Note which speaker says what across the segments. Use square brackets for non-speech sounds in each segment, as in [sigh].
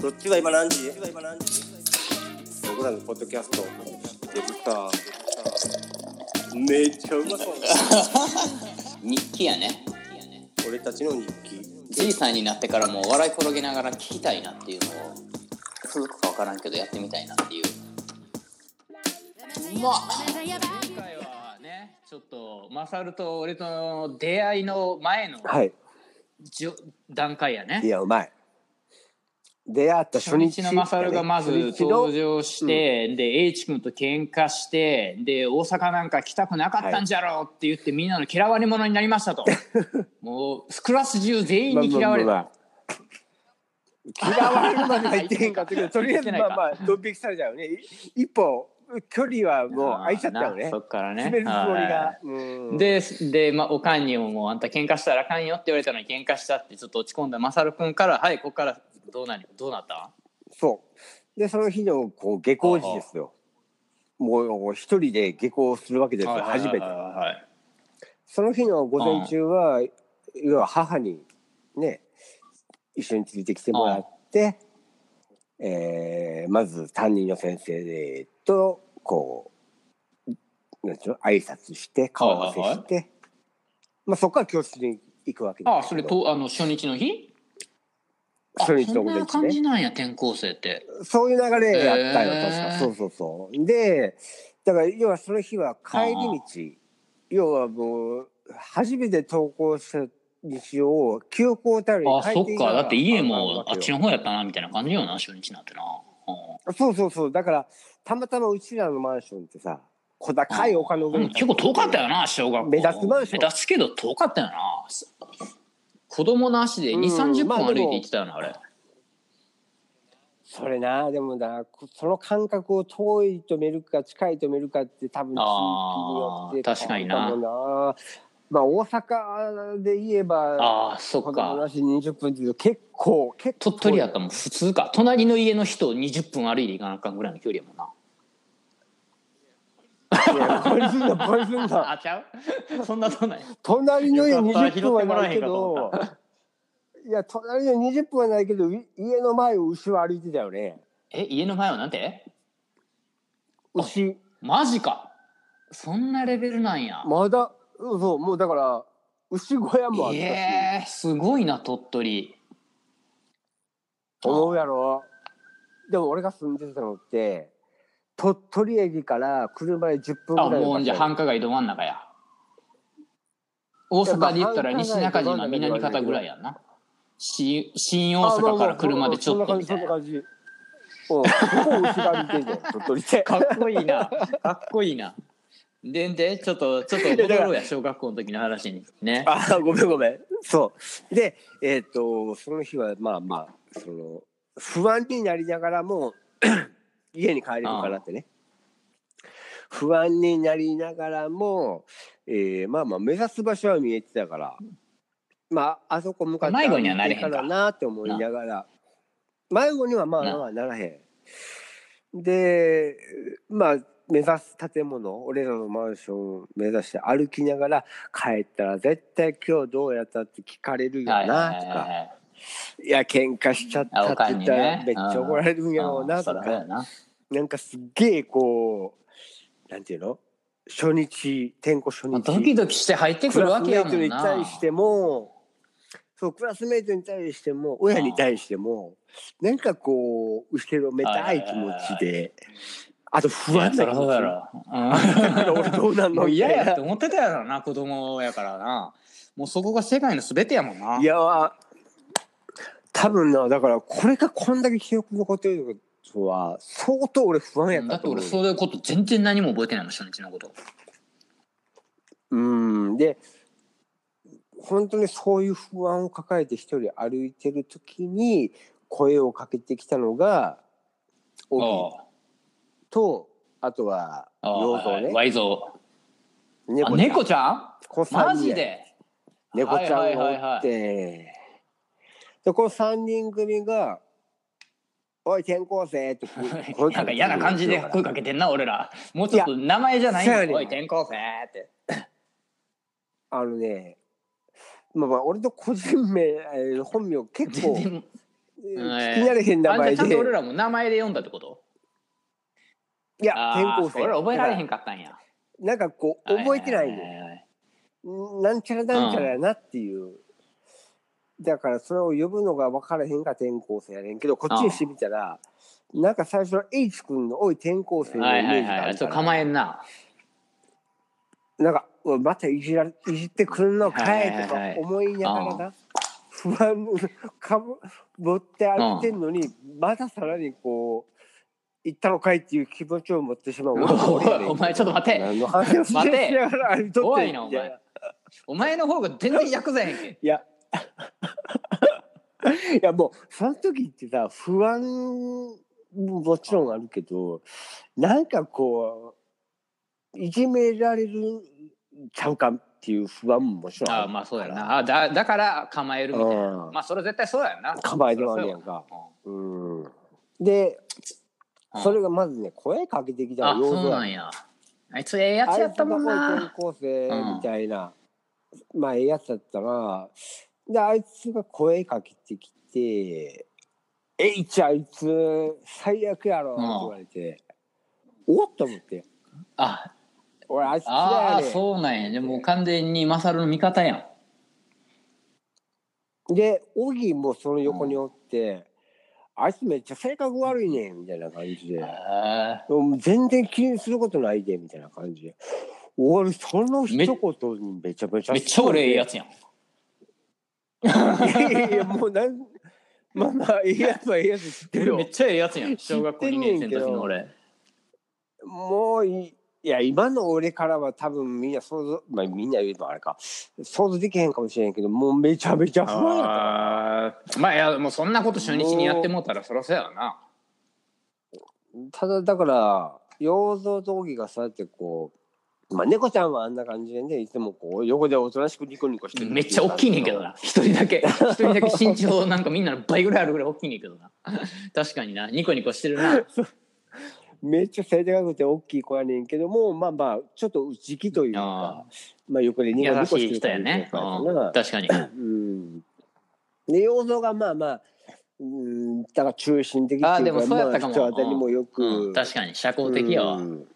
Speaker 1: どっちが今何時僕らのポッドキャスト出てためっちゃうまそう
Speaker 2: 日記やね
Speaker 1: 俺たちの日記
Speaker 2: じいさんになってからも笑い転げながら聞きたいなっていうのを続くか分からんけどやってみたいなっていううまっ
Speaker 3: 今回はねちょっとマサルと俺との出会いの前の
Speaker 4: はい
Speaker 3: じょ段階や
Speaker 4: い
Speaker 3: ね
Speaker 4: やうまい出会った初
Speaker 3: 初
Speaker 4: 日
Speaker 3: 日のマサルがまず
Speaker 4: 初日の
Speaker 3: 登場して、で H 君と喧嘩してで大阪なんか来たくなかったんじゃろうって言って、みんなの嫌われ者になりまし
Speaker 4: [laughs]
Speaker 3: たともうクラス中全員に嫌われた、
Speaker 4: まあまあまあ嫌われるまで入ってへんかったけど、とりあえずまあまあ、ドン引きされたよね。い一歩、距離はもう空いちゃったよね
Speaker 3: な。そっからね
Speaker 4: 決めるつもり
Speaker 3: は
Speaker 4: が
Speaker 3: い。
Speaker 4: うん、
Speaker 3: でで、まあ、おかんにももう「あんた喧嘩したらあかんよ」って言われたのに喧嘩したってちょっと落ち込んだマサル君から「はいここからどうなりどうなった
Speaker 4: そう。で、その日のこう下校時ですよ。もう一人で下校するわけですよ、初めて。その日の午前中は、要は母にね、一緒についてきてもらって、えーまず担任の先生と、こう、なんちゅうの、挨拶して、顔合わせ
Speaker 3: はいはい
Speaker 4: して、まあそこから教室に行くわけ
Speaker 3: あ
Speaker 4: で
Speaker 3: あ
Speaker 4: す
Speaker 3: そ
Speaker 4: け
Speaker 3: れ
Speaker 4: ど、
Speaker 3: とあの初日の日
Speaker 4: 初日の
Speaker 3: そん
Speaker 4: 午前
Speaker 3: な
Speaker 4: 中
Speaker 3: 感
Speaker 4: ね
Speaker 3: じ。なんや転校生って
Speaker 4: そういう流れやったよ、
Speaker 3: へー
Speaker 4: 確か。そうそうそう。で、だから要はその日は帰り道、要はもう、初めて登校した日を記憶を頼りに
Speaker 3: あ
Speaker 4: 帰
Speaker 3: そ
Speaker 4: て
Speaker 3: っ
Speaker 4: いなが
Speaker 3: からだって家も
Speaker 4: あ
Speaker 3: あっちの方やったなみたいな感じよな初日なんてなう
Speaker 4: そうそうそう。だから、たまたまうちらのマンションってさ、小高い丘の上
Speaker 3: んう
Speaker 4: に
Speaker 3: ん結構遠かったよな小学校
Speaker 4: 目立つマンション
Speaker 3: 目立つけど遠かったよな子供の足で2
Speaker 4: うん
Speaker 3: 三3 0
Speaker 4: まあ
Speaker 3: 分
Speaker 4: でも
Speaker 3: 歩いて行ってたよなあれ
Speaker 4: それな、でもな、その感覚を遠いとめるか近いとめるかって多分地域によって
Speaker 3: あー確かにな
Speaker 4: 変わるかもなまあ大阪で言えば、
Speaker 3: ああそっか
Speaker 4: 話20分っていうと結構、結構遠
Speaker 3: 鳥
Speaker 4: い。
Speaker 3: 取やったらもう普通か隣の家の人を20分歩いていかなあかんぐらいの距離やもんない
Speaker 4: やこれすんな、これすん
Speaker 3: [laughs]
Speaker 4: な。
Speaker 3: ちゃうそん
Speaker 4: [laughs]
Speaker 3: なとない
Speaker 4: 隣の家
Speaker 3: よかった
Speaker 4: 20分はないけど
Speaker 3: 拾ってもらえへんかと思、
Speaker 4: いや、隣の20分はないけど、い家の前を牛は歩いてたよね。
Speaker 3: え家の前はなんて
Speaker 4: 牛。
Speaker 3: マジかそんなレベルなんや、
Speaker 4: まだうんそうもうだから牛小屋もあったし、
Speaker 3: えー、すごいな鳥取
Speaker 4: 思うやろでも俺が住んでたのって鳥取駅から車で10分ぐら
Speaker 3: あ
Speaker 4: いの場所
Speaker 3: もうじゃあ繁華街ど真ん中や大阪で言ったら西中島南方ぐらいやんなし新大阪から車でちょっとみたいな
Speaker 4: あまあまあそんな感じそんな感じうんここ牛が歩いてんだよ鳥取って
Speaker 3: かっこいいな。かっこいいな。でんで、ちょっと、ちょっと戻ろうや、小学校の時の話に。
Speaker 4: [laughs]
Speaker 3: ね。
Speaker 4: あごめんごめんそうでえっ、とその日はまあまあその不安になりながらも [clears throat] 家に帰れるかなってね不安になりながらも、えーまあまあ目指す場所は見えてたからまああそこ向かって
Speaker 3: 迷子にはなれへんか
Speaker 4: 歩いていなって思いながら迷子にはまあまあならへんでまあ目指す建物俺らのマンションを目指して歩きながら帰ったら絶対今日どうやったって聞かれるよ
Speaker 3: はいはい
Speaker 4: な
Speaker 3: は
Speaker 4: と
Speaker 3: い
Speaker 4: か
Speaker 3: はい
Speaker 4: いや喧嘩しちゃった
Speaker 3: あおか
Speaker 4: って言
Speaker 3: んに
Speaker 4: った
Speaker 3: ね
Speaker 4: らめっちゃ怒られるんやろう
Speaker 3: う
Speaker 4: なん
Speaker 3: そ
Speaker 4: と
Speaker 3: らそうや
Speaker 4: か
Speaker 3: な。
Speaker 4: なんかすっげえこうなんていうの初日転校初
Speaker 3: まあ
Speaker 4: 日
Speaker 3: ドキドキして入ってく
Speaker 4: ク
Speaker 3: る
Speaker 4: ラ
Speaker 3: わ
Speaker 4: ス
Speaker 3: け
Speaker 4: メ
Speaker 3: や
Speaker 4: ー
Speaker 3: も
Speaker 4: ト
Speaker 3: ん
Speaker 4: に対
Speaker 3: な。
Speaker 4: してもそうクラスメートに対しても親に対してもなんかこう後ろめたい気持ちであと不
Speaker 3: いや
Speaker 4: 安
Speaker 3: そ
Speaker 4: な
Speaker 3: ら
Speaker 4: 気
Speaker 3: そう
Speaker 4: 持
Speaker 3: や
Speaker 4: ち
Speaker 3: ろ。
Speaker 4: だから俺どう [laughs] なん
Speaker 3: うん
Speaker 4: の
Speaker 3: もう嫌
Speaker 4: みた
Speaker 3: や
Speaker 4: い
Speaker 3: って思ってたやろな、子供やからな。もうそこが世界の全てやもんな。
Speaker 4: いや多分なだからこれがこんだけ記憶に残ってるってことは相当俺不安やっ
Speaker 3: だ
Speaker 4: た
Speaker 3: って
Speaker 4: と思
Speaker 3: 俺
Speaker 4: う
Speaker 3: そういうこと全然何も覚えてないもん初日のこと
Speaker 4: うんで本当にそういう不安を抱えて一人歩いてる時に声をかけてきたのがオギ
Speaker 3: あ
Speaker 4: とあとは
Speaker 3: あああ
Speaker 4: ヨウゾウ
Speaker 3: はい
Speaker 4: ね
Speaker 3: ワイゾウあ
Speaker 4: 猫ちゃん
Speaker 3: 猫ちゃん
Speaker 4: この三
Speaker 3: マ
Speaker 4: 人
Speaker 3: ジで
Speaker 4: 猫ちゃん
Speaker 3: はいはいは
Speaker 4: が
Speaker 3: い
Speaker 4: お
Speaker 3: は
Speaker 4: っ
Speaker 3: い
Speaker 4: てでこの3人組が「おい転校生」って声かけてくる
Speaker 3: [laughs] なんか嫌な感じで声かけてんな俺らもうちょっと名前じゃない
Speaker 4: いやそう
Speaker 3: ん
Speaker 4: やねん
Speaker 3: おい転校生って
Speaker 4: あのね、まあ、まあ俺の個人名、えー本名結
Speaker 3: [laughs] 全
Speaker 4: 構、聞
Speaker 3: 然
Speaker 4: き慣れへん名
Speaker 3: あじゃ
Speaker 4: 前
Speaker 3: あちゃん
Speaker 4: で
Speaker 3: と俺らも名前で読んだってこと
Speaker 4: いや
Speaker 3: あ
Speaker 4: 転
Speaker 3: ー
Speaker 4: 校生
Speaker 3: 俺ら覚えられへん
Speaker 4: だ
Speaker 3: かったんや
Speaker 4: らなんかこう覚えてないの、
Speaker 3: はははは
Speaker 4: なんちゃらなんちゃらやなっていう、だからそれを呼ぶのが分からへんが転校生やねんけどこっちにしてみたら、なんか最初の H 君の多い転校生の
Speaker 3: は
Speaker 4: イ
Speaker 3: い
Speaker 4: メ
Speaker 3: は
Speaker 4: ー
Speaker 3: い
Speaker 4: ジがあ
Speaker 3: はい
Speaker 4: る
Speaker 3: ち
Speaker 4: か
Speaker 3: ょっと
Speaker 4: ら、
Speaker 3: 構えんな
Speaker 4: なんかうわまたいじられいじってくるのかいとか
Speaker 3: はいはいはい
Speaker 4: 思いながらな不安かぶって歩いてんのに、まださらにこう行ったのかいっていう気持ちを持ってしまう [laughs]
Speaker 3: おい
Speaker 4: 俺やねん
Speaker 3: お前ちょっと待て
Speaker 4: 何の話をし
Speaker 3: 待て
Speaker 4: てしながら歩いとって
Speaker 3: 怖
Speaker 4: ん
Speaker 3: いなお
Speaker 4: みたい
Speaker 3: 前お前の方が全然ヤクザやんけ
Speaker 4: いや、いやもう、その時ってさ、不安ももちろんあるけど、なんかこう、いじめられるちゃうかっていう不安ももちろん
Speaker 3: あ
Speaker 4: あ
Speaker 3: あ
Speaker 4: る。
Speaker 3: まあそうやなあだだから構えるみたいな
Speaker 4: うん
Speaker 3: まあそれ絶対そうやな
Speaker 4: 構えてはねやんか。うん。で、
Speaker 3: うん
Speaker 4: それがまずね、声かけてきた
Speaker 3: あ
Speaker 4: ら
Speaker 3: そうな
Speaker 4: や
Speaker 3: んやあいつええや
Speaker 4: あ
Speaker 3: つ
Speaker 4: い
Speaker 3: や
Speaker 4: つ
Speaker 3: ったもん
Speaker 4: が
Speaker 3: な
Speaker 4: 高校生みたいな、まあええやつだったなであいつが声かけてきて「えいちあいつ最悪やろ」って言われて、おっと思って
Speaker 3: あ
Speaker 4: 「俺あいつ嫌
Speaker 3: あ
Speaker 4: や
Speaker 3: あ
Speaker 4: ね
Speaker 3: そうなんやでもう完全にマサルの味方やん
Speaker 4: ん」でオギもその横におって「あいつめっちゃ性格悪いねん」みたいな感じで。
Speaker 3: あ
Speaker 4: もう全然気にすることないでみたいな感じで俺その一言にめちゃめち
Speaker 3: ー
Speaker 4: ゃ
Speaker 3: めっちゃ俺ええやつやん
Speaker 4: いやいやいやもうなんまあまあええやつはええやつ知ってる
Speaker 3: 俺め
Speaker 4: よ
Speaker 3: っちゃええやつやん
Speaker 4: 知ってんね
Speaker 3: 小
Speaker 4: ん
Speaker 3: 学校2年生の時の俺
Speaker 4: もういいや今の俺からは多分みんな想像まあみんな言うとあれか想像できへんかもしれんけどもうめちゃめちゃ不安やった
Speaker 3: あーまあいやもうそんなこと初日にやってもうたらそりゃそうやわな
Speaker 4: ただだから洋蔵と荻がそうやってこうまあ猫ちゃんはあんな感じでねいつもこう横でおとなしくニコニコしてる
Speaker 3: めっちゃ大きいねんけどな一人だけ一人だけ身長なんかみんなの倍ぐらいあるぐらい大きいねんけどな [laughs] 確かになニコニコしてるな
Speaker 4: めっちゃ背高くて大きい子やねんけどもまあまあちょっと内気というか
Speaker 3: あ
Speaker 4: まあ横でニコ
Speaker 3: 優
Speaker 4: ニコ
Speaker 3: し
Speaker 4: してる感
Speaker 3: い人や
Speaker 4: じ
Speaker 3: ね、
Speaker 4: の子やった
Speaker 3: う、
Speaker 4: なん
Speaker 3: 確かに
Speaker 4: うんで要造がまあまあ、うん、だから中心的っていうか
Speaker 3: あーでもそうやったかも
Speaker 4: まあ、人当たりもよく、
Speaker 3: うん、確かに社交的やわ、
Speaker 4: うん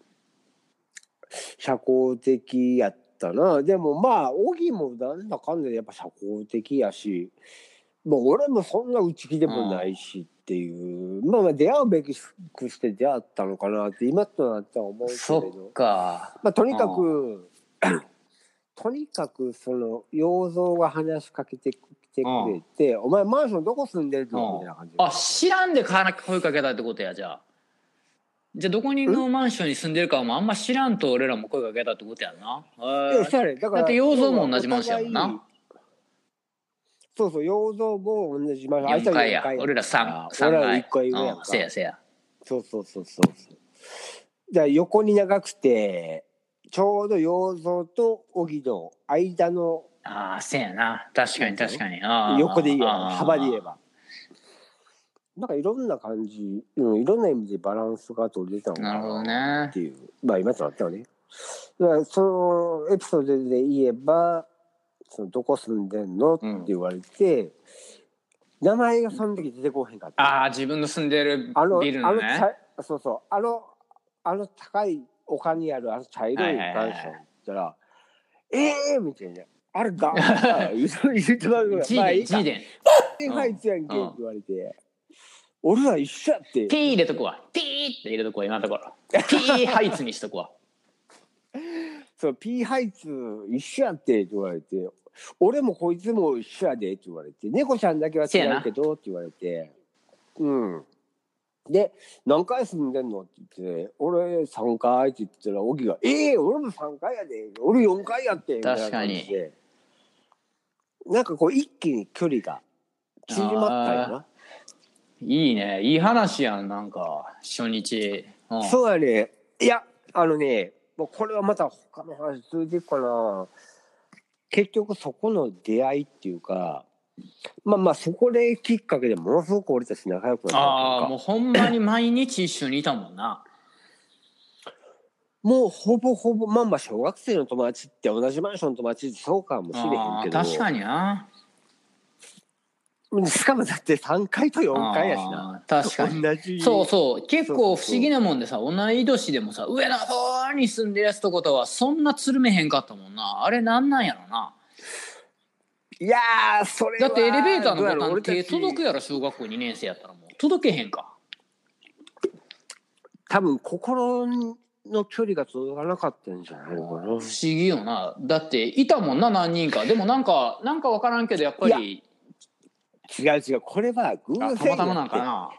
Speaker 4: 社交的やったなでもまあ荻もなんだかんだでやっぱ社交的やしもう俺もそんな内気でもないしっていう、まあまあ出会うべきくして出会ったのかなって今となっては思うけれど
Speaker 3: そっか
Speaker 4: まあ、とにかく、とにかくその洋蔵が話しかけてきてくれて「お前マンションどこ住んでるの?」みたいな感じで
Speaker 3: あ知らんでから声かけたってことやじゃあじゃあどこにのマンションに住んでるかもあんま知らんと俺らも声かけたってことやんなへ
Speaker 4: い
Speaker 3: ー
Speaker 4: やそうやねだから
Speaker 3: だって洋蔵も同じマンションやもんな
Speaker 4: そうそう洋蔵も同じマンションあいつ
Speaker 3: 4
Speaker 4: は
Speaker 3: 階や
Speaker 4: 四
Speaker 3: 俺ら3
Speaker 4: あ
Speaker 3: 三
Speaker 4: 俺
Speaker 3: 階
Speaker 4: ら1階上やん
Speaker 3: う
Speaker 4: か
Speaker 3: ん、せやせや
Speaker 4: そうそうそうそうそうじゃあ横に長くてちょうど洋蔵と荻の間の
Speaker 3: ああせやな確かに確かにあー
Speaker 4: 横で言えば
Speaker 3: あー
Speaker 4: 幅で言えばなんかいろんな感じ、うん、いろんな意味でバランスが取れてたのか
Speaker 3: なるほど
Speaker 4: な
Speaker 3: ね
Speaker 4: っていう、まあ今となってはねだからそのエピソードで言えばそのどこ住んでんのって言われて、名前がその時出てこへんかった
Speaker 3: ああ自分の住んでる
Speaker 4: あの
Speaker 3: ビルのね
Speaker 4: あの茶そうそうあのあの高い丘にあるあの茶色いマンションって言ったら「ええー!」みたいな「あれだ」
Speaker 3: [laughs]
Speaker 4: 言うて言うてまうから
Speaker 3: ジ
Speaker 4: まあ
Speaker 3: ー
Speaker 4: い
Speaker 3: デン
Speaker 4: い
Speaker 3: ジ
Speaker 4: か
Speaker 3: ーデン
Speaker 4: 手入ってやんけ」っ
Speaker 3: うん
Speaker 4: て言われて「俺ら一緒やって
Speaker 3: ピー入れとくわピーって入れとくわ今のところピーハイツにしとくわ
Speaker 4: そう P ハイツ一緒やって」って言われて「俺もこいつも一緒やで」って言われて「猫ちゃんだけは違うけど」って言われてうんで「何回住んでんの?」って言って「俺3回」って言ったらオギが「ええ俺も3回やで俺4回やって」みたいな感じでなんかこう一気に距離が縮まったよな。
Speaker 3: いいねいい話やんなんか初日うん
Speaker 4: そうやね。いや、あのね、もうこれはまた他の話続いていくかな。結局そこの出会いっていうか、まあまあそこできっかけでものすごく俺たち仲良くなった
Speaker 3: ああ
Speaker 4: とい
Speaker 3: も
Speaker 4: う
Speaker 3: う
Speaker 4: か、
Speaker 3: ほんまに毎日一緒にいたもんな
Speaker 4: もうほぼほぼ、まあまあ小学生の友達って同じマンションの友達ってそうかもしれへん
Speaker 3: あ
Speaker 4: け
Speaker 3: ー
Speaker 4: ど、
Speaker 3: 確かにな
Speaker 4: しかもだって3回と4回やしな。
Speaker 3: あー確かに
Speaker 4: 同じ。
Speaker 3: そうそう結構不
Speaker 4: そうそうそう
Speaker 3: 思議なもんでさ同い年でもさ上の方に住んでるやつとことはそんなつるめへんかったもんなあれなんなんやろない
Speaker 4: やー、それ
Speaker 3: だ
Speaker 4: は
Speaker 3: ってエレベーターの
Speaker 4: どうやろ
Speaker 3: ボタン
Speaker 4: 俺た
Speaker 3: 手
Speaker 4: ち
Speaker 3: 届くやろ小学校2年生やったらもう届けへんか
Speaker 4: 多分心の距離が届かなかったんじゃないのかな。
Speaker 3: 不思議よなだっていたもんな何人かでもなんかなんか分からんけどやっぱり
Speaker 4: 違う違う、これは偶然やっ
Speaker 3: あ
Speaker 4: て
Speaker 3: たまたまなんかな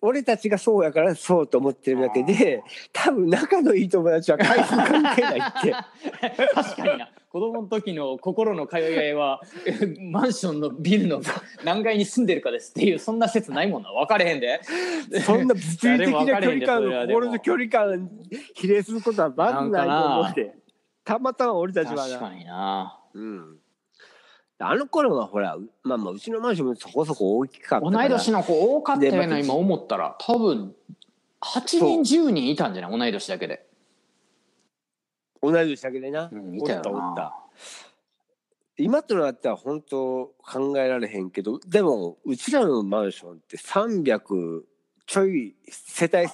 Speaker 4: 俺たちがそうやからそうと思ってるだけで、多分仲のいい友達は回復関係ないって。
Speaker 3: [laughs] 確かにな子供の時の心の通い合いは [laughs] えマンションのビルの何階に住んでるかですっていうそんな説ないもんな分かれへんで
Speaker 4: そんな物理的な距離
Speaker 3: 誰も分かれへんでそれは
Speaker 4: 感、
Speaker 3: でも
Speaker 4: 心の距離感比例することはまずないと思って。たまたま俺たちは
Speaker 3: 確かにな
Speaker 4: うん。あの頃はほら、うまあまあ、うちのマンションもそこそこ大きかった
Speaker 3: 同
Speaker 4: から。
Speaker 3: い年の子多かったよ
Speaker 4: でま
Speaker 3: な
Speaker 4: た
Speaker 3: 今思ったら多分8人10人いたんじゃない同い年だけで、
Speaker 4: 同い年だけでな。
Speaker 3: うん、いたよな
Speaker 4: おったおった今となっては本当考えられへんけど、でも、うちらのマンションって300ちょい世帯数ではね。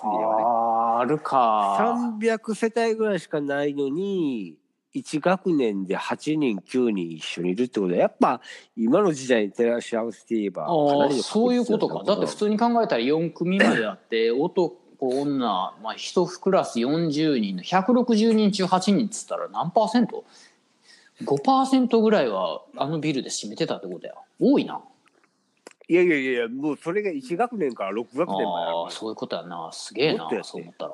Speaker 3: あーあるか
Speaker 4: 300世帯ぐらいしかないのに、1学年で8人、9人一緒にいるってことは、やっぱ今の時代に照らし合わせて言えば
Speaker 3: あ
Speaker 4: かな
Speaker 3: ー
Speaker 4: りの確率
Speaker 3: そういうことかだって普通に考えたら4組まであって男女、まあ、1クラス40人の160人中8人っつったら何パーセント ?5% ぐらいはあのビルで占めてたってことや多いない
Speaker 4: やいやいや、もうそれが1学年から6学年まである
Speaker 3: ああそういうことやなすげえ
Speaker 4: も
Speaker 3: な
Speaker 4: っとやって
Speaker 3: そう思ったら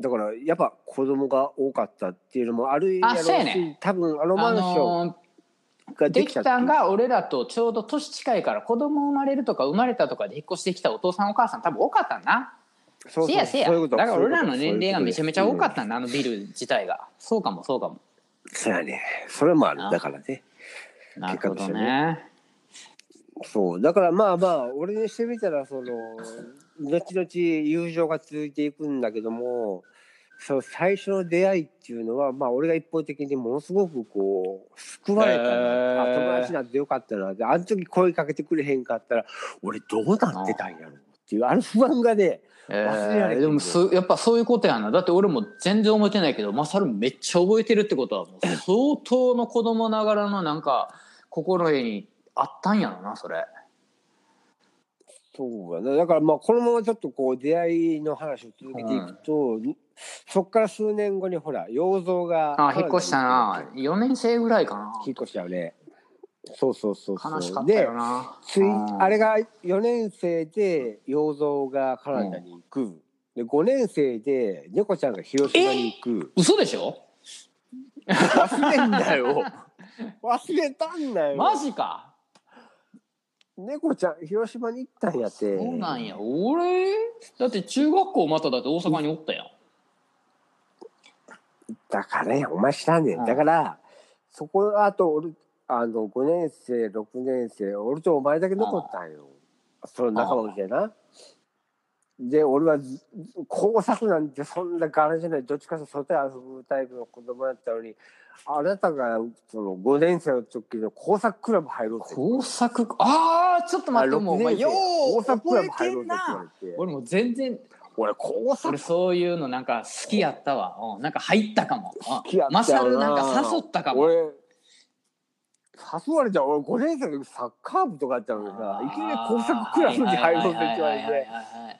Speaker 4: だからやっぱ子供が多かったっていうのもあるやろうし、
Speaker 3: あそうやね
Speaker 4: 多分あのマンショ
Speaker 3: あのー
Speaker 4: ンがで
Speaker 3: で
Speaker 4: き
Speaker 3: き
Speaker 4: た
Speaker 3: たんが俺らとちょうど年近いから子供生まれるとか生まれたとかで引っ越してきたお父さんお母さん多分多かったんだ
Speaker 4: そうそう
Speaker 3: せやせや
Speaker 4: そういうこと
Speaker 3: だから俺らの年齢がめちゃめちゃ多かったたんだあのビル自体がそうかもそうかも
Speaker 4: そうやねそれもある
Speaker 3: な
Speaker 4: だからね
Speaker 3: なるほど
Speaker 4: 結果として
Speaker 3: ね
Speaker 4: そうだからまあまあ俺にしてみたらその後々友情が続いていくんだけどもその最初の出会いっていうのはまあ俺が一方的にものすごくこう救われたな、
Speaker 3: へー
Speaker 4: あ友達になってよかったなであの時声かけてくれへんかったら俺どうなってたんやろうっていうあの不安がね忘れられへん
Speaker 3: えーでもすやっぱそういうことやなだって俺も全然覚えてないけどマサルめっちゃ覚えてるってこと
Speaker 4: [laughs]
Speaker 3: はもう相当の子供ながらのなんか心得にあったんやろなそれ
Speaker 4: そうだね。だからまあこのままちょっとこう出会いの話を続けていくと、そっから数年後にほら洋蔵が
Speaker 3: あ引っ越したな4年生ぐらいかな
Speaker 4: 引っ越したよね。そうそうそうそう。
Speaker 3: 悲しかったよな
Speaker 4: でつい
Speaker 3: うん
Speaker 4: あれが4年生で洋蔵がカナダに行く。で5年生で猫ちゃんが広島に行く。
Speaker 3: 嘘でしょ
Speaker 4: 忘れんだよ。忘れたんだよ。
Speaker 3: マジか
Speaker 4: 猫ちゃん広島に行ったんやって。
Speaker 3: そうなんや俺だって中学校まただって大阪におったやん
Speaker 4: だからね、お前知らんね
Speaker 3: うん
Speaker 4: ん。だから、そこあと俺、あの、5年生、6年生、俺とお前だけ残ったんよ。その仲間内でな。で、俺はず工作なんてそんな柄じゃない。どっちかというと外で遊ぶタイプの子供だったのに、あなたがその5年生の時の工作クラブ入ろうって。
Speaker 3: 工作ああちょっと待ってもうお前よう
Speaker 4: 工作ク
Speaker 3: 覚
Speaker 4: ラ
Speaker 3: え
Speaker 4: ブ入
Speaker 3: て
Speaker 4: ろうんぜって言わ
Speaker 3: な
Speaker 4: れて。
Speaker 3: 俺もう全然
Speaker 4: 俺、工作
Speaker 3: 俺そういうのなんか好きやったわ、うん、なんか入ったかも、
Speaker 4: 好きや
Speaker 3: う
Speaker 4: っ
Speaker 3: ん、
Speaker 4: たよな
Speaker 3: マサルなんか誘ったかも
Speaker 4: 俺誘われちゃう俺5年生の時サッカー部とかやったのにさいきなり工作クラスに入ろうって言われて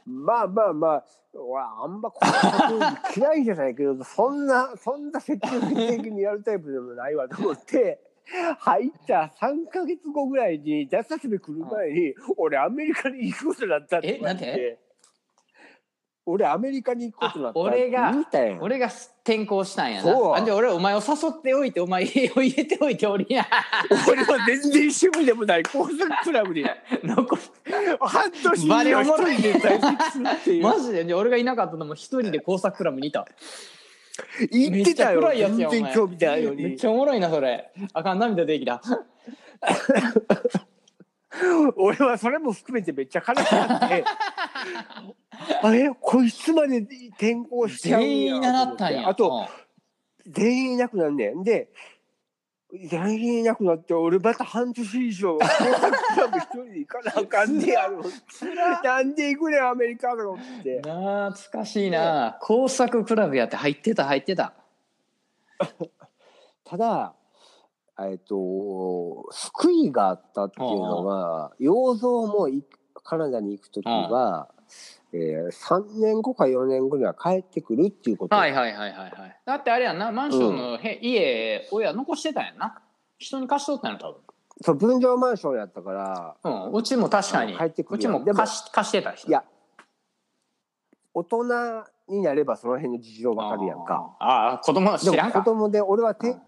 Speaker 4: まあまあまあ俺あんま工作嫌いじゃないけどそんな [laughs] そんな積極的にやるタイプでもないわと思って。入った3か月後ぐらいに夏休み来る前に俺アメリカに行くことになったって言われ
Speaker 3: えなん
Speaker 4: て俺アメリカに行くことになった
Speaker 3: あ俺が
Speaker 4: 言うたやん
Speaker 3: 俺が転校したんやな
Speaker 4: そう
Speaker 3: あじゃあ俺お前を誘っておいてお前 [laughs] 家を入れておいて俺に
Speaker 4: 俺は全然趣味でもない工作クラブに
Speaker 3: 残す
Speaker 4: 半年以
Speaker 3: バリ
Speaker 4: 上
Speaker 3: おもろ
Speaker 4: 一人で在籍するっていう
Speaker 3: マジでじゃあ俺がいなかったのも一人で工作クラブにいた
Speaker 4: 言ってたよ
Speaker 3: めっちゃ暗いやつや
Speaker 4: 全
Speaker 3: んお前
Speaker 4: 然興味ないの
Speaker 3: めっ
Speaker 4: に
Speaker 3: ちゃおもろいなそれあかん涙出てきた
Speaker 4: 俺はそれも含めてめっちゃ悲しかって
Speaker 3: [laughs]
Speaker 4: あれこいつまで転校しちゃうんや
Speaker 3: 全員習ったんや
Speaker 4: あと
Speaker 3: うん
Speaker 4: 全員いなくなんねんでやる気なくなって、俺また半年以上、紅白クラブ一人で行かなあかんねやろ。なんで行くねん、アメリカのって。
Speaker 3: 懐かしいな工作クラブやって入ってた入ってた
Speaker 4: ただ、えっと、救いがあったっていうのが、洋蔵もいカナダに行くときは、えー、3年後か4年後には帰ってくるっていうこと。
Speaker 3: はいはいはいはいはいだってあれやんなマンションのへ、家親残してたんやんな人に貸しとったんやろ
Speaker 4: そう、分譲マンションやったから、
Speaker 3: 多分うんうちも確かに
Speaker 4: うん入ってく
Speaker 3: う
Speaker 4: る
Speaker 3: ち
Speaker 4: やん
Speaker 3: も
Speaker 4: でも
Speaker 3: 貸し貸してた人
Speaker 4: いや大人になればその辺の事情わかるやんか。
Speaker 3: ああ子供は
Speaker 4: で
Speaker 3: 知ら
Speaker 4: も
Speaker 3: んか
Speaker 4: 子供で俺はて、
Speaker 3: うん
Speaker 4: い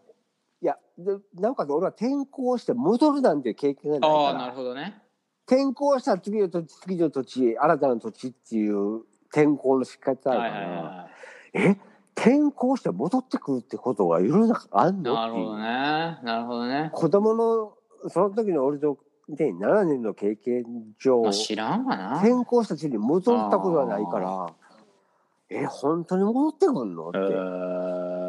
Speaker 4: やでなおかつ俺は転校して戻るなんて経験がない
Speaker 3: あ
Speaker 4: か
Speaker 3: あなる
Speaker 4: ら
Speaker 3: ほどね
Speaker 4: 転校したら次の土地次の土地新たな土地っていう転校の仕方
Speaker 3: はい
Speaker 4: だ
Speaker 3: は
Speaker 4: か
Speaker 3: いはい
Speaker 4: ら
Speaker 3: は
Speaker 4: え転校して戻ってくるってことが世の中あん
Speaker 3: い
Speaker 4: の
Speaker 3: なる
Speaker 4: って
Speaker 3: ほ
Speaker 4: い
Speaker 3: ど
Speaker 4: う
Speaker 3: ねなるほどね
Speaker 4: 子供のその時の俺の、ね、7年の経験上、
Speaker 3: まあ知らんわな
Speaker 4: 転校した地に戻ったことはないからえ本当に戻ってくんのって。
Speaker 3: えー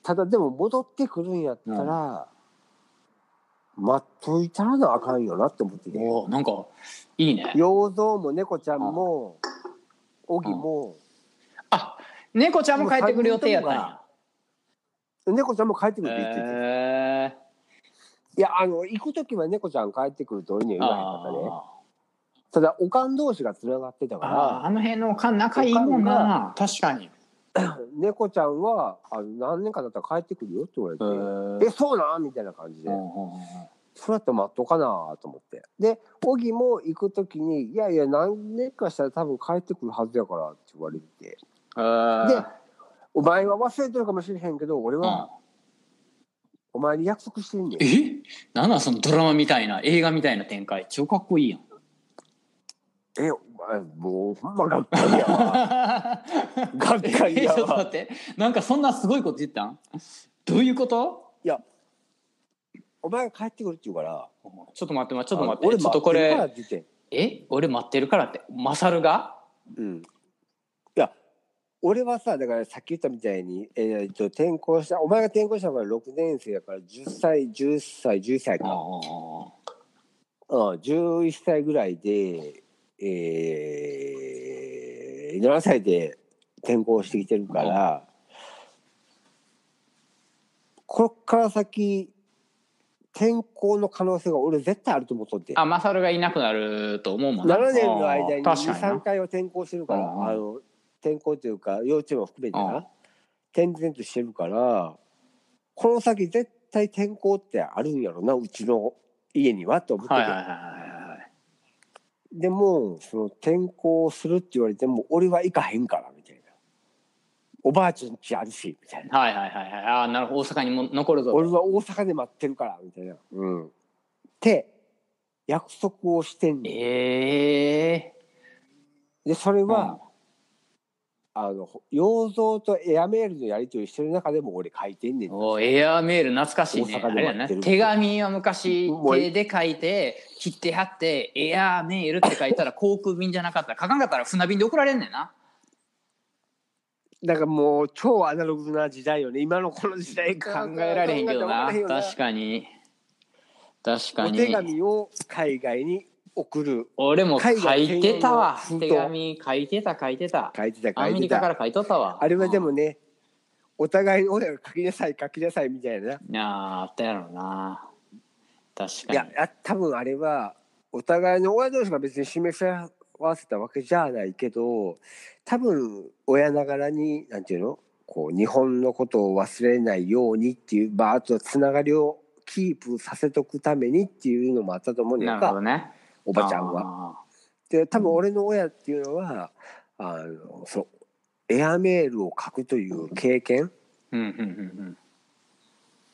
Speaker 4: ただでも戻ってくるんやったら、待っといたらなあかんよなって思ってて
Speaker 3: おーなんかいいね
Speaker 4: 洋蔵も猫ちゃんも小木も
Speaker 3: あ猫ちゃんも帰ってくる予定やったんや
Speaker 4: 猫ちゃんも帰ってくるって言ってて、
Speaker 3: え
Speaker 4: いやあの行く時は猫ちゃん帰ってくると俺に
Speaker 3: ー
Speaker 4: は言わへんかったねただおかん同士がつながってた
Speaker 3: あー
Speaker 4: か
Speaker 3: あの辺のおかん仲いいもんな確かに
Speaker 4: ら猫ちゃんはあの何年かだったら帰ってくるよって言われて、えそうなんみたいな感じで、そうやって待っとかなと思って。で、小木も行くときに、いやいや、何年かしたら多分帰ってくるはずやからって言われて、でお前は忘れてるかもしれへんけど、俺はお前に約束してんねん。
Speaker 3: えなんなんそのドラマみたいな映画みたいな展開超かっこ [laughs] いいやん
Speaker 4: え、お前、もう、ほんまがっかりやわ。がっかり
Speaker 3: え
Speaker 4: や
Speaker 3: [laughs] ちょっと待
Speaker 4: わ。
Speaker 3: ってなんかそんなすごいこと言ったんどういうこと
Speaker 4: お前が帰ってくるって言うから、
Speaker 3: ちょっと待ってちょっと待って
Speaker 4: 俺
Speaker 3: ちょっとこ
Speaker 4: 待
Speaker 3: れ
Speaker 4: ってるからって
Speaker 3: え俺待ってるからってマサルが
Speaker 4: 言って。うん。いや、俺はさ、だからさっき言ったみたいに、えー、と転校した、お前が転校したから6年生やから、10歳、10歳、10歳か。うん、11歳ぐらいで、えー、7歳で転校してきてるから、こっから先転校の可能性が俺絶対あると思っとって
Speaker 3: あマサルがいなくなると思うもんな
Speaker 4: 7年の間に
Speaker 3: あー確かにな
Speaker 4: 23回は転校してるから
Speaker 3: うんうん
Speaker 4: あの転校というか幼稚園も含めて
Speaker 3: うん
Speaker 4: な転々としてるからこの先絶対転校ってあるんやろなうちの家にはと思って
Speaker 3: はい
Speaker 4: て
Speaker 3: はいはいはいはい
Speaker 4: でもその転校するって言われても俺は行かへんからみたいなおばあちゃん家あるしみたいな
Speaker 3: はいはいはいはいああなるほど大阪にも残るぞ
Speaker 4: 俺は大阪で待ってるからみたいなうんって約束をしてんねん
Speaker 3: ええ
Speaker 4: でそれは、あの洋蔵とエアメールのやり取りしてる中でも俺書いてんねん
Speaker 3: おエアメール懐かしいね
Speaker 4: 大阪で待っ
Speaker 3: あ
Speaker 4: て
Speaker 3: れ
Speaker 4: る
Speaker 3: やな手紙は昔
Speaker 4: もう
Speaker 3: 手で書いて切って貼ってエアメールって書いたら航空便じゃなかったら書かんかったら船便で送られんねんな
Speaker 4: だからもう超アナログな時代よね今のこの時代
Speaker 3: 考えられへんけどな確
Speaker 4: か
Speaker 3: かに確か
Speaker 4: お
Speaker 3: に
Speaker 4: 手紙を海外に送る
Speaker 3: 俺も書いてたわ
Speaker 4: 海外の封筒
Speaker 3: 手紙書いてた書いてた
Speaker 4: 書いてた
Speaker 3: ア
Speaker 4: 書い
Speaker 3: メ
Speaker 4: て
Speaker 3: リカ
Speaker 4: た
Speaker 3: から書いとったわ
Speaker 4: あれはでもね、お互いに親が書きなさい書きなさいみたいな。
Speaker 3: うんなああったやろな確
Speaker 4: い
Speaker 3: か
Speaker 4: や
Speaker 3: に、
Speaker 4: あ多分あれはお互いの親同士が別に示し合わせたわけじゃないけど、多分親ながらになんていうの、こう日本のことを忘れないようにっていう、まああとはつながりをキープさせとくためにっていうのもあったと思うね
Speaker 3: なんるほど
Speaker 4: か、
Speaker 3: ね
Speaker 4: お
Speaker 3: お
Speaker 4: ばちゃんは。
Speaker 3: は
Speaker 4: で多分俺の親っていうのは、あのそうエアメールを書くという経験。
Speaker 3: うんうんうん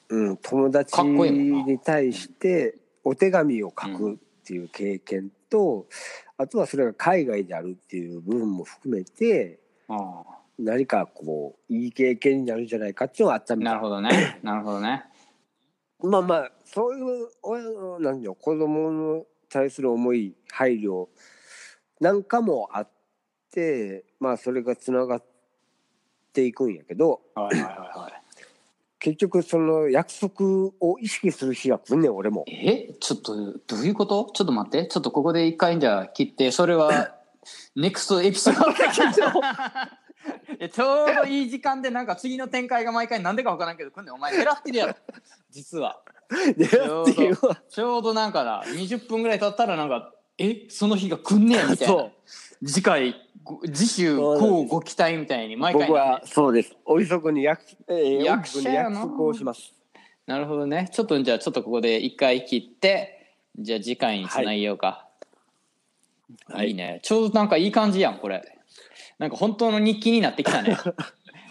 Speaker 3: うん
Speaker 4: うん、友達
Speaker 3: かっこいいもんな
Speaker 4: に対してお手紙を書くっていう経験と、あとはそれが海外であるっていう部分も含めて
Speaker 3: ああ
Speaker 4: 何かこういい経験になるんじゃないかっていうのはあったみたい
Speaker 3: なるほどね。なるほどね。
Speaker 4: まあまあそういう親の何よ子供に対する思い配慮なんかもあってまあそれがつながっていくんやけど
Speaker 3: はいはいはいはい。
Speaker 4: 結局その約束を意識する日が来んねん俺も
Speaker 3: えちょっとどういうことちょっと待ってちょっとここで一回じゃあ切ってそれ [laughs] はネクストエピソード [laughs] だけどいやちょうどいい時間でなんか次の展開が毎回なんでかわからんけど来んねんお前狙ってるやろ実は
Speaker 4: で
Speaker 3: ど
Speaker 4: [laughs] っていう
Speaker 3: ちょうどなんかな20分ぐらい経ったらなんかえその日が来んねやみたいな
Speaker 4: そ
Speaker 3: 次回ご次週
Speaker 4: そうなんです
Speaker 3: こうご期待みたいに毎回
Speaker 4: 僕はそうですお急ぐに約,、えー、
Speaker 3: 役者
Speaker 4: お急ぐに
Speaker 3: や
Speaker 4: 約
Speaker 3: な
Speaker 4: 束をします
Speaker 3: なるほどねちょっとじゃあちょっとここで一回切ってじゃあ次回につなげようか、
Speaker 4: はい
Speaker 3: い、いねちょうどなんかいい感じやんこれなんか本当の日記になってきた
Speaker 4: [laughs]
Speaker 3: ね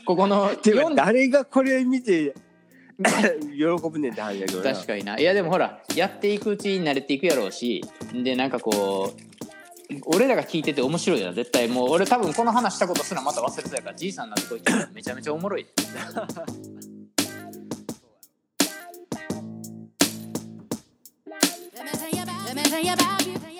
Speaker 3: ここの
Speaker 4: ていう
Speaker 3: 読
Speaker 4: か
Speaker 3: んだ
Speaker 4: 誰がこれ見て [laughs] 喜ぶねんって話だけどな
Speaker 3: 確かにないやでもほらやっていくうちに慣れていくやろうしでなんかこう俺らが聞いてて面白いな絶対もう俺多分この話したことすらまた忘れてたからじいさんなんてこいつめちゃめちゃおもろい
Speaker 5: 「Let me tell you about, let me tell you about you, tell